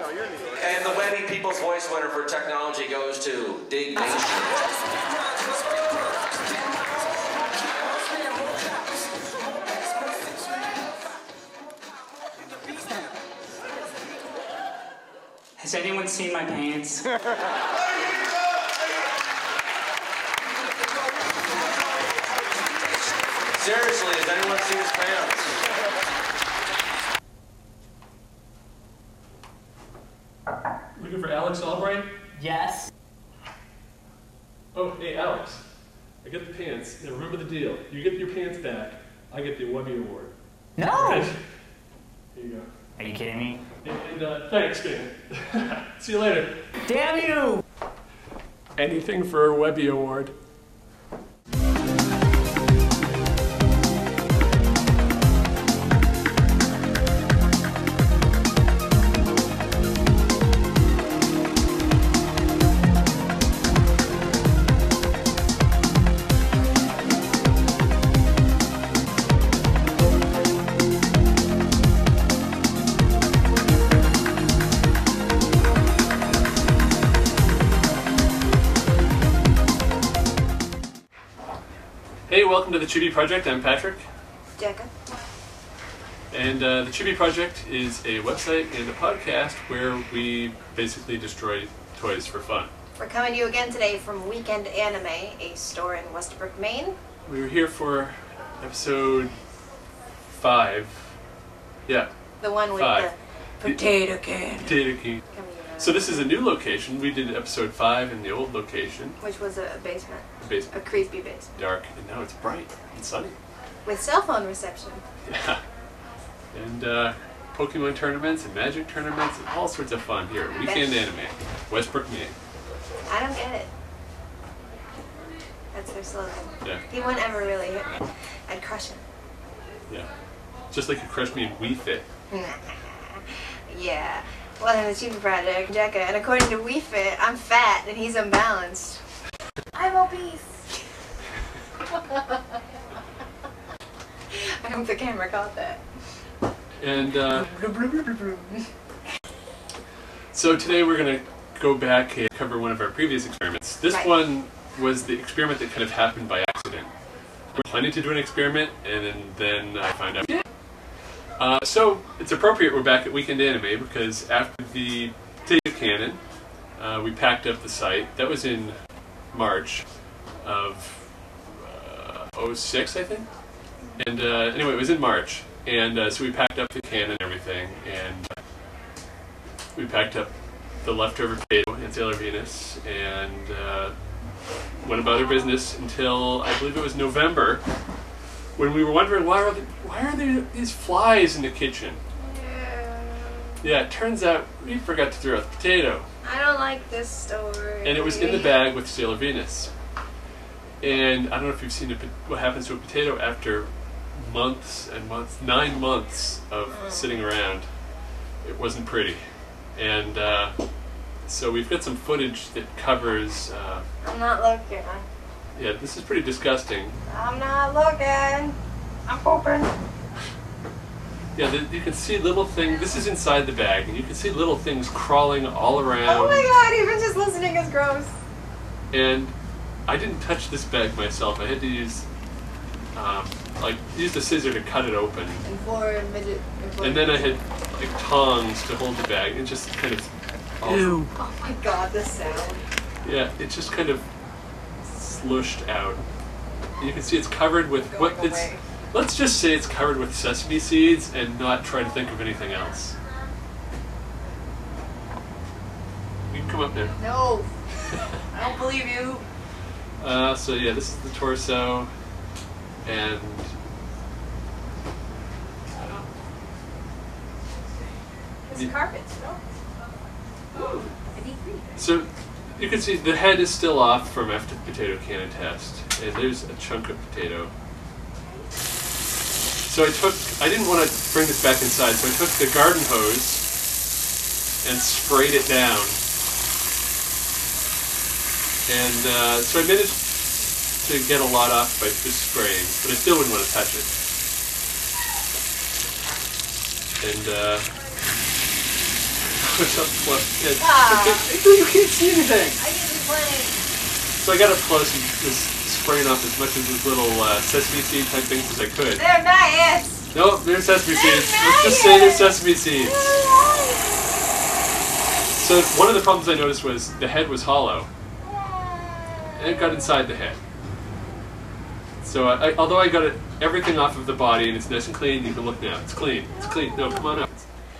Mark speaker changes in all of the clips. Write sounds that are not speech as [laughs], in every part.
Speaker 1: No, you're the
Speaker 2: And the winning people's voice winner for technology goes to Dig Nation.
Speaker 3: Has anyone seen my pants?
Speaker 2: Seriously, has anyone seen his pants?
Speaker 4: Looking for Alex Albright?
Speaker 3: yes.
Speaker 4: Oh, hey, Alex. I get the pants. Now remember the deal. You get your pants back, I get the Webby Award.
Speaker 3: No.
Speaker 4: Here you go.
Speaker 3: Are you kidding me?
Speaker 4: And, and, uh, thanks, man. [laughs] See you later.
Speaker 3: Damn you!
Speaker 4: Anything for a Webby Award. Hey, welcome to the Chibi Project. I'm Patrick.
Speaker 5: Jacka.
Speaker 4: And uh, the Chibi Project is a website and a podcast where we basically destroy toys for fun.
Speaker 5: We're coming to you again today from Weekend Anime, a store in Westbrook, Maine.
Speaker 4: We were here for episode five. Yeah,
Speaker 5: The one with
Speaker 4: Five.
Speaker 5: the potato can.
Speaker 4: Data King.
Speaker 5: Coming to you.
Speaker 4: So this is a new location. We did episode five in the old location,
Speaker 5: Which was a basement,
Speaker 4: the
Speaker 5: a
Speaker 4: basement,
Speaker 5: creepy basement.
Speaker 4: dark, and now it's bright and sunny. [laughs]
Speaker 5: With cell phone reception.
Speaker 4: Yeah. And uh, Pokemon tournaments and Magic tournaments and all sorts of fun here. at Weekend
Speaker 5: Yes.
Speaker 4: Anime, Westbrook, Maine.
Speaker 5: I don't get it. That's their slogan.
Speaker 4: Yeah,
Speaker 5: He wouldn't ever really hit me. I'd crush him.
Speaker 4: yeah. Just like you crushed me in Wii Fit.
Speaker 5: Yeah. Welcome to the Chibi Project, Jacka, and according to WeFit, I'm fat and he's unbalanced. I'm obese. [laughs] I hope the camera caught that.
Speaker 4: And uh, so today we're gonna go back and cover one of our previous experiments. This
Speaker 5: Right.
Speaker 4: one was the experiment that kind of happened by accident. We were planning to do an experiment, and then, then I found out. Uh, so it's appropriate we're back at Weekend Anime because after the Potato Cannon, uh, we packed up the site. That was in March of uh, 06, I think. And uh, anyway, it was in March, and uh, so we packed up the can and everything, and uh, we packed up the leftover potato and Sailor Venus, and uh, went about our business until I believe it was November, when we were wondering why are the, why are there these flies in the kitchen? Yeah, it turns out we forgot to throw out the potato
Speaker 5: I don't like this story.
Speaker 4: and it was in the bag with Sailor Venus. And I don't know if you've seen a, po- what happens to a potato after months and months, nine months of
Speaker 5: Oh.
Speaker 4: sitting around. It wasn't pretty, and uh, so we've got some footage that covers. Uh,
Speaker 5: I'm not looking.
Speaker 4: yeah, this is pretty disgusting.
Speaker 5: I'm not looking. I'm pooping.
Speaker 4: Yeah, th- you can see little things. This is inside the bag, and you can see little things crawling all around.
Speaker 5: Oh my god, even just listening is gross.
Speaker 4: and I didn't touch this bag myself. I had to use, um, like, use the scissor to cut it open,
Speaker 5: And floor and midget. And, floor.
Speaker 4: and then I had like tongs to hold the bag. It just kind of, Ew.
Speaker 5: Oh my god, the sound.
Speaker 4: yeah, it just kind of slushed out. And you can see it's covered with what
Speaker 5: Going
Speaker 4: it's.
Speaker 5: away.
Speaker 4: Let's just say it's covered with sesame seeds and not try to think of anything else. You can come up now. [laughs]
Speaker 5: No. I don't believe you.
Speaker 4: Uh, so yeah, this is the torso, and
Speaker 5: This
Speaker 4: Yeah.
Speaker 5: carpet smells. I need three.
Speaker 4: so you can see the head is still off from after the potato cannon test, and there's a chunk of potato. So I took, I didn't want to bring this back inside, so I took the garden hose and sprayed it down. And uh, so I managed to get a lot off by just spraying, but I still wouldn't want to touch it. And uh, [laughs] push up close. Yeah, it's
Speaker 5: Ah.
Speaker 4: okay. You can't see anything.
Speaker 5: I get to play.
Speaker 4: So I got up close and just spraying off as much of these little uh, sesame seed type things as I could.
Speaker 5: They're nice.
Speaker 4: Nope, they're sesame seeds. Let's just say they're sesame seeds. So one of the problems I noticed was the head was hollow, and it got inside the head. So I, I, although I got it, everything off of the body and it's nice and clean, you can look now. It's clean. It's clean. No, come on up.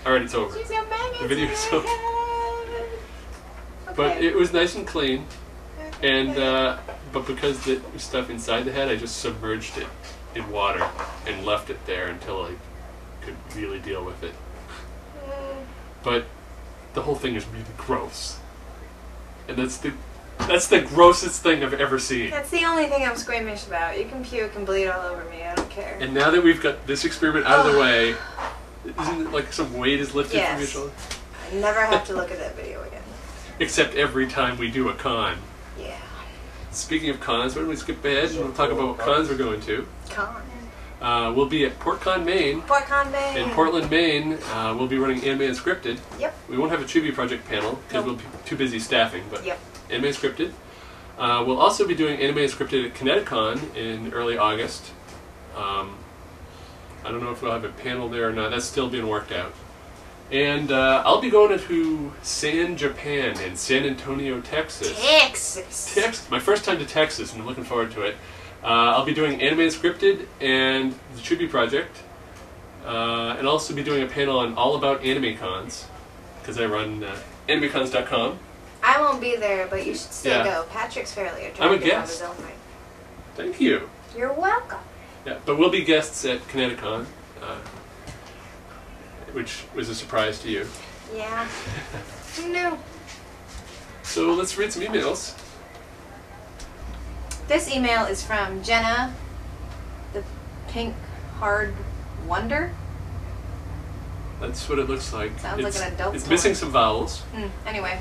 Speaker 4: All right, it's over.
Speaker 5: She's got magnets
Speaker 4: The video's
Speaker 5: in her
Speaker 4: up.
Speaker 5: head.
Speaker 4: [laughs]
Speaker 5: Okay.
Speaker 4: But it was nice and clean,
Speaker 5: Okay.
Speaker 4: and uh, but because the stuff inside the head, I just submerged it in water and left it there until I could really deal with it. But the whole thing is really gross, and that's the that's the grossest thing I've ever seen.
Speaker 5: That's the only thing I'm squeamish about. You can puke and bleed all over me. I don't care.
Speaker 4: And now that we've got this experiment out of the way, isn't it like some weight is lifted from your
Speaker 5: Yes.
Speaker 4: shoulder?
Speaker 5: I never have to look at that video again.
Speaker 4: Except every time we do a con.
Speaker 5: Yeah.
Speaker 4: Speaking of cons, why don't we skip ahead and we'll talk about what cons we're going to.
Speaker 5: Con.
Speaker 4: Uh, we'll be at PortCon, Maine.
Speaker 5: Port Con Bay.
Speaker 4: In Portland, Maine, uh, we'll be running Anime Unscripted.
Speaker 5: Yep.
Speaker 4: We won't have a Chibi Project panel because
Speaker 5: Nope.
Speaker 4: we'll be too busy staffing, but
Speaker 5: Yep.
Speaker 4: Anime Unscripted. Uh, we'll also be doing Anime Unscripted at Kineticon in early August. Um, I don't know if we'll have a panel there or not. That's still being worked out. And uh, I'll be going to San Japan in San Antonio, Texas.
Speaker 5: Texas.
Speaker 4: Tex- my first time to Texas, and I'm looking forward to it. Uh, I'll be doing anime scripted and the Chibi Project, uh, and also be doing a panel on all about anime cons because I run uh, animecons.com.
Speaker 5: I won't be there, but you should still
Speaker 4: Yeah.
Speaker 5: go. Patrick's fairly attractive.
Speaker 4: I'm a
Speaker 5: on his
Speaker 4: guest.
Speaker 5: own right.
Speaker 4: Thank you.
Speaker 5: You're welcome.
Speaker 4: Yeah, but we'll be guests at Kineticon, uh, which was a surprise to you. [laughs]
Speaker 5: Yeah. no.
Speaker 4: So let's read some emails.
Speaker 5: This email is from Jenna, the pink hard wonder.
Speaker 4: That's what it looks like.
Speaker 5: Sounds like
Speaker 4: it's,
Speaker 5: an adult
Speaker 4: It's
Speaker 5: toy.
Speaker 4: missing some vowels.
Speaker 5: Hmm, anyway,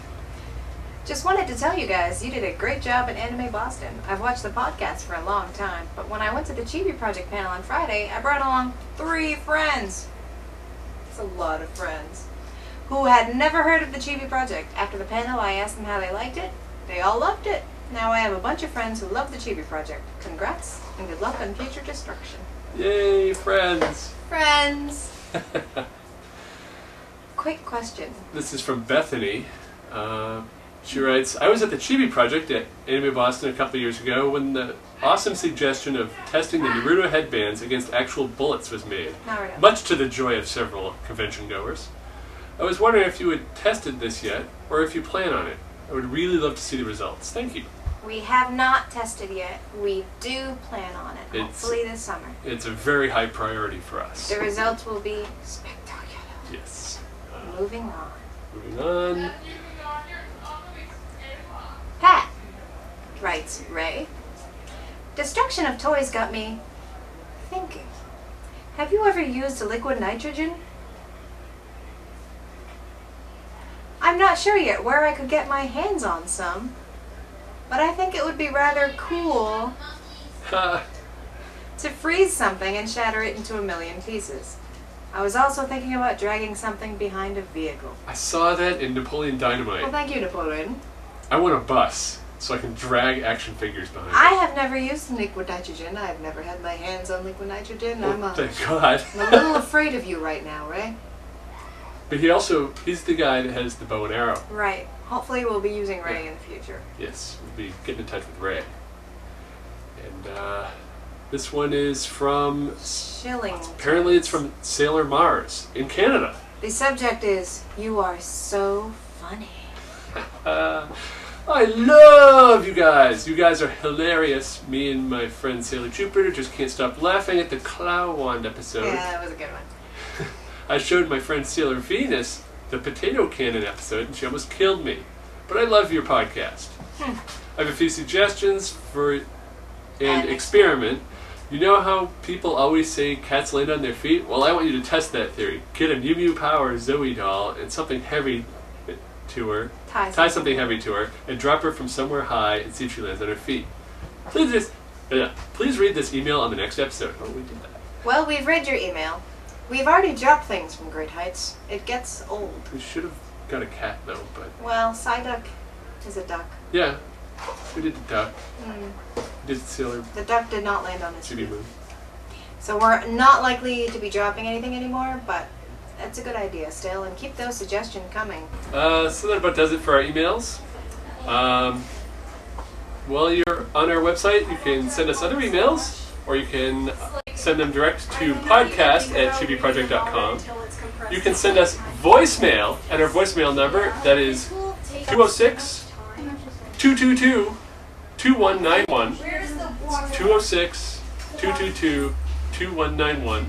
Speaker 5: just wanted to tell you guys you did a great job at Anime Boston. I've watched the podcast for a long time, but when I went to the Chibi Project panel on Friday, I brought along three friends. It's a lot of friends. Who had never heard of the Chibi Project. After the panel, I asked them how they liked it. They all loved it. Now I have a bunch of friends who love the Chibi Project. Congrats, and good luck on future destruction.
Speaker 4: Yay, friends!
Speaker 5: Friends! Quick question.
Speaker 4: This is from Bethany. Uh, she writes, I was at the Chibi Project at Anime Boston a couple of years ago when the awesome suggestion of testing the Naruto headbands against actual bullets was made,
Speaker 5: Naruto.
Speaker 4: much to the joy of several convention goers. I was wondering if you had tested this yet, or if you plan on it. I would really love to see the results. Thank you.
Speaker 5: We have not tested yet. We do plan on it,
Speaker 4: It's-
Speaker 5: hopefully this summer.
Speaker 4: It's a very high priority for us.
Speaker 5: The results will be spectacular.
Speaker 4: Yes.
Speaker 5: Moving on.
Speaker 4: Moving on.
Speaker 5: Pat writes Ray. Destruction of toys got me thinking. Have you ever used liquid nitrogen? I'm not sure yet where I could get my hands on some, but I think it would be rather cool
Speaker 4: Ha.
Speaker 5: to freeze something and shatter it into a million pieces. I was also thinking about dragging something behind a vehicle.
Speaker 4: I saw that in Napoleon
Speaker 5: Well,
Speaker 4: Dynamite.
Speaker 5: thank you, Napoleon.
Speaker 4: I want a bus so I can drag action figures behind.
Speaker 5: I have never used liquid nitrogen. I've never had my hands on liquid nitrogen. I'm
Speaker 4: Oh,
Speaker 5: a,
Speaker 4: thank God.
Speaker 5: [laughs] I'm
Speaker 4: [laughs]
Speaker 5: a little afraid of you right now, Ray.
Speaker 4: But he also he's the guy that has the bow and arrow.
Speaker 5: Right. Hopefully, we'll be using Ray in the future.
Speaker 4: Yes, we'll be getting in touch with Ray. And uh, this one is from
Speaker 5: Chilling.
Speaker 4: apparently it's from Sailor Mars in Canada.
Speaker 5: The subject is You Are So Funny.
Speaker 4: Uh, I love you guys. You guys are hilarious. Me and my friend Sailor Jupiter just can't stop laughing at the Clow Wand episode.
Speaker 5: Yeah, that was a good one.
Speaker 4: I showed my friend Sailor Venus the potato cannon episode, and she almost killed me. But I love your podcast. I have a few suggestions for an
Speaker 5: An
Speaker 4: experiment. You know how people always say cats land on their feet? Well, I want you to test that theory. Get a Mew Mew Power Zoe doll and something heavy to her.
Speaker 5: Ties.
Speaker 4: Tie something heavy to her and drop her from somewhere high and see if she lands on her feet. Please, just, yeah, please read this email on the next episode. Oh, we did that.
Speaker 5: Well, we've read your email. We've already dropped things from Great Heights. It gets old.
Speaker 4: We should have got a cat though, but
Speaker 5: Well, Psyduck is a duck.
Speaker 4: yeah, we did the duck.
Speaker 5: Mm.
Speaker 4: We did Sailor
Speaker 5: The duck did not land on his
Speaker 4: Chibi
Speaker 5: feet.
Speaker 4: Moon.
Speaker 5: So we're not likely to be dropping anything anymore, but that's a good idea still, and keep those suggestions coming.
Speaker 4: Uh, so that about does it for our emails. Um, while you're on our website, you can send us other emails, or you can send them direct to podcast at chibiproject.com. You can send us voicemail at our voicemail number that is 206 222 2191. 206 222 2191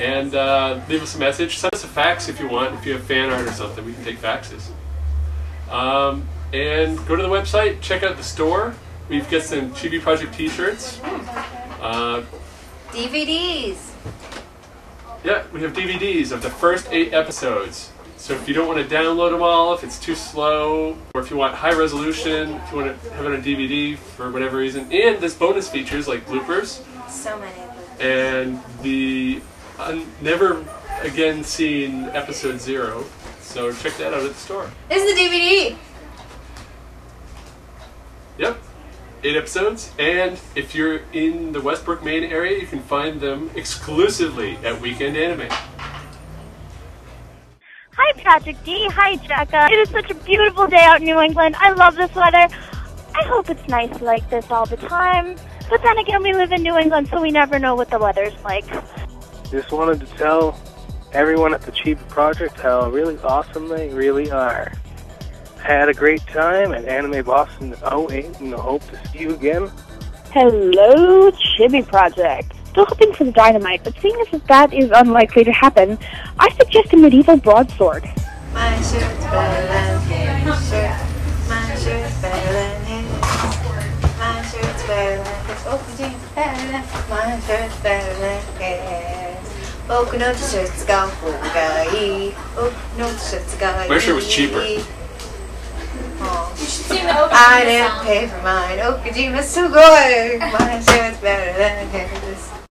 Speaker 4: and uh, leave us a message. Send us a fax if you want. If you have fan art or something, we can take faxes. Um, and go to the website, check out the store. We've got some Chibi Project T-shirts. Uh,
Speaker 5: DVDs!
Speaker 4: yeah, we have DVDs of the first eight episodes. So if you don't want to download them all, if it's too slow, or if you want high resolution, if you want to have it on DVD for whatever reason, and there's bonus features like bloopers.
Speaker 5: So many of them.
Speaker 4: and the un- never again seen episode zero. So check that out at the store.
Speaker 5: This is the DVD!
Speaker 4: Yep, eight episodes. And if you're in the Westbrook, Maine area, you can find them exclusively at Weekend Anime.
Speaker 1: Hi, Project D. Hi, Jacka. It is such a beautiful day out in New England. I love this weather. I hope it's nice like this all the time. But then again, we live in New England, so we never know what the weather's like.
Speaker 6: Just wanted to tell everyone at the Chiba Project how really awesome they really are. Had a great time at Anime Boston 08 and hope to see you again.
Speaker 7: Hello, Chibi Project. Still hoping for the dynamite, but seeing as that is unlikely to happen, I suggest a medieval broadsword.
Speaker 5: My shirt's better than his shirt. My shirt's better than his. My shirt's better than his. Open jeans better than my shirt's better than his. Open no shirts go guy. Open no shirts guy.
Speaker 4: My shirt was cheaper.
Speaker 5: Oh. I didn't pay for mine. Okajima Sugoi. My shirt's better than his.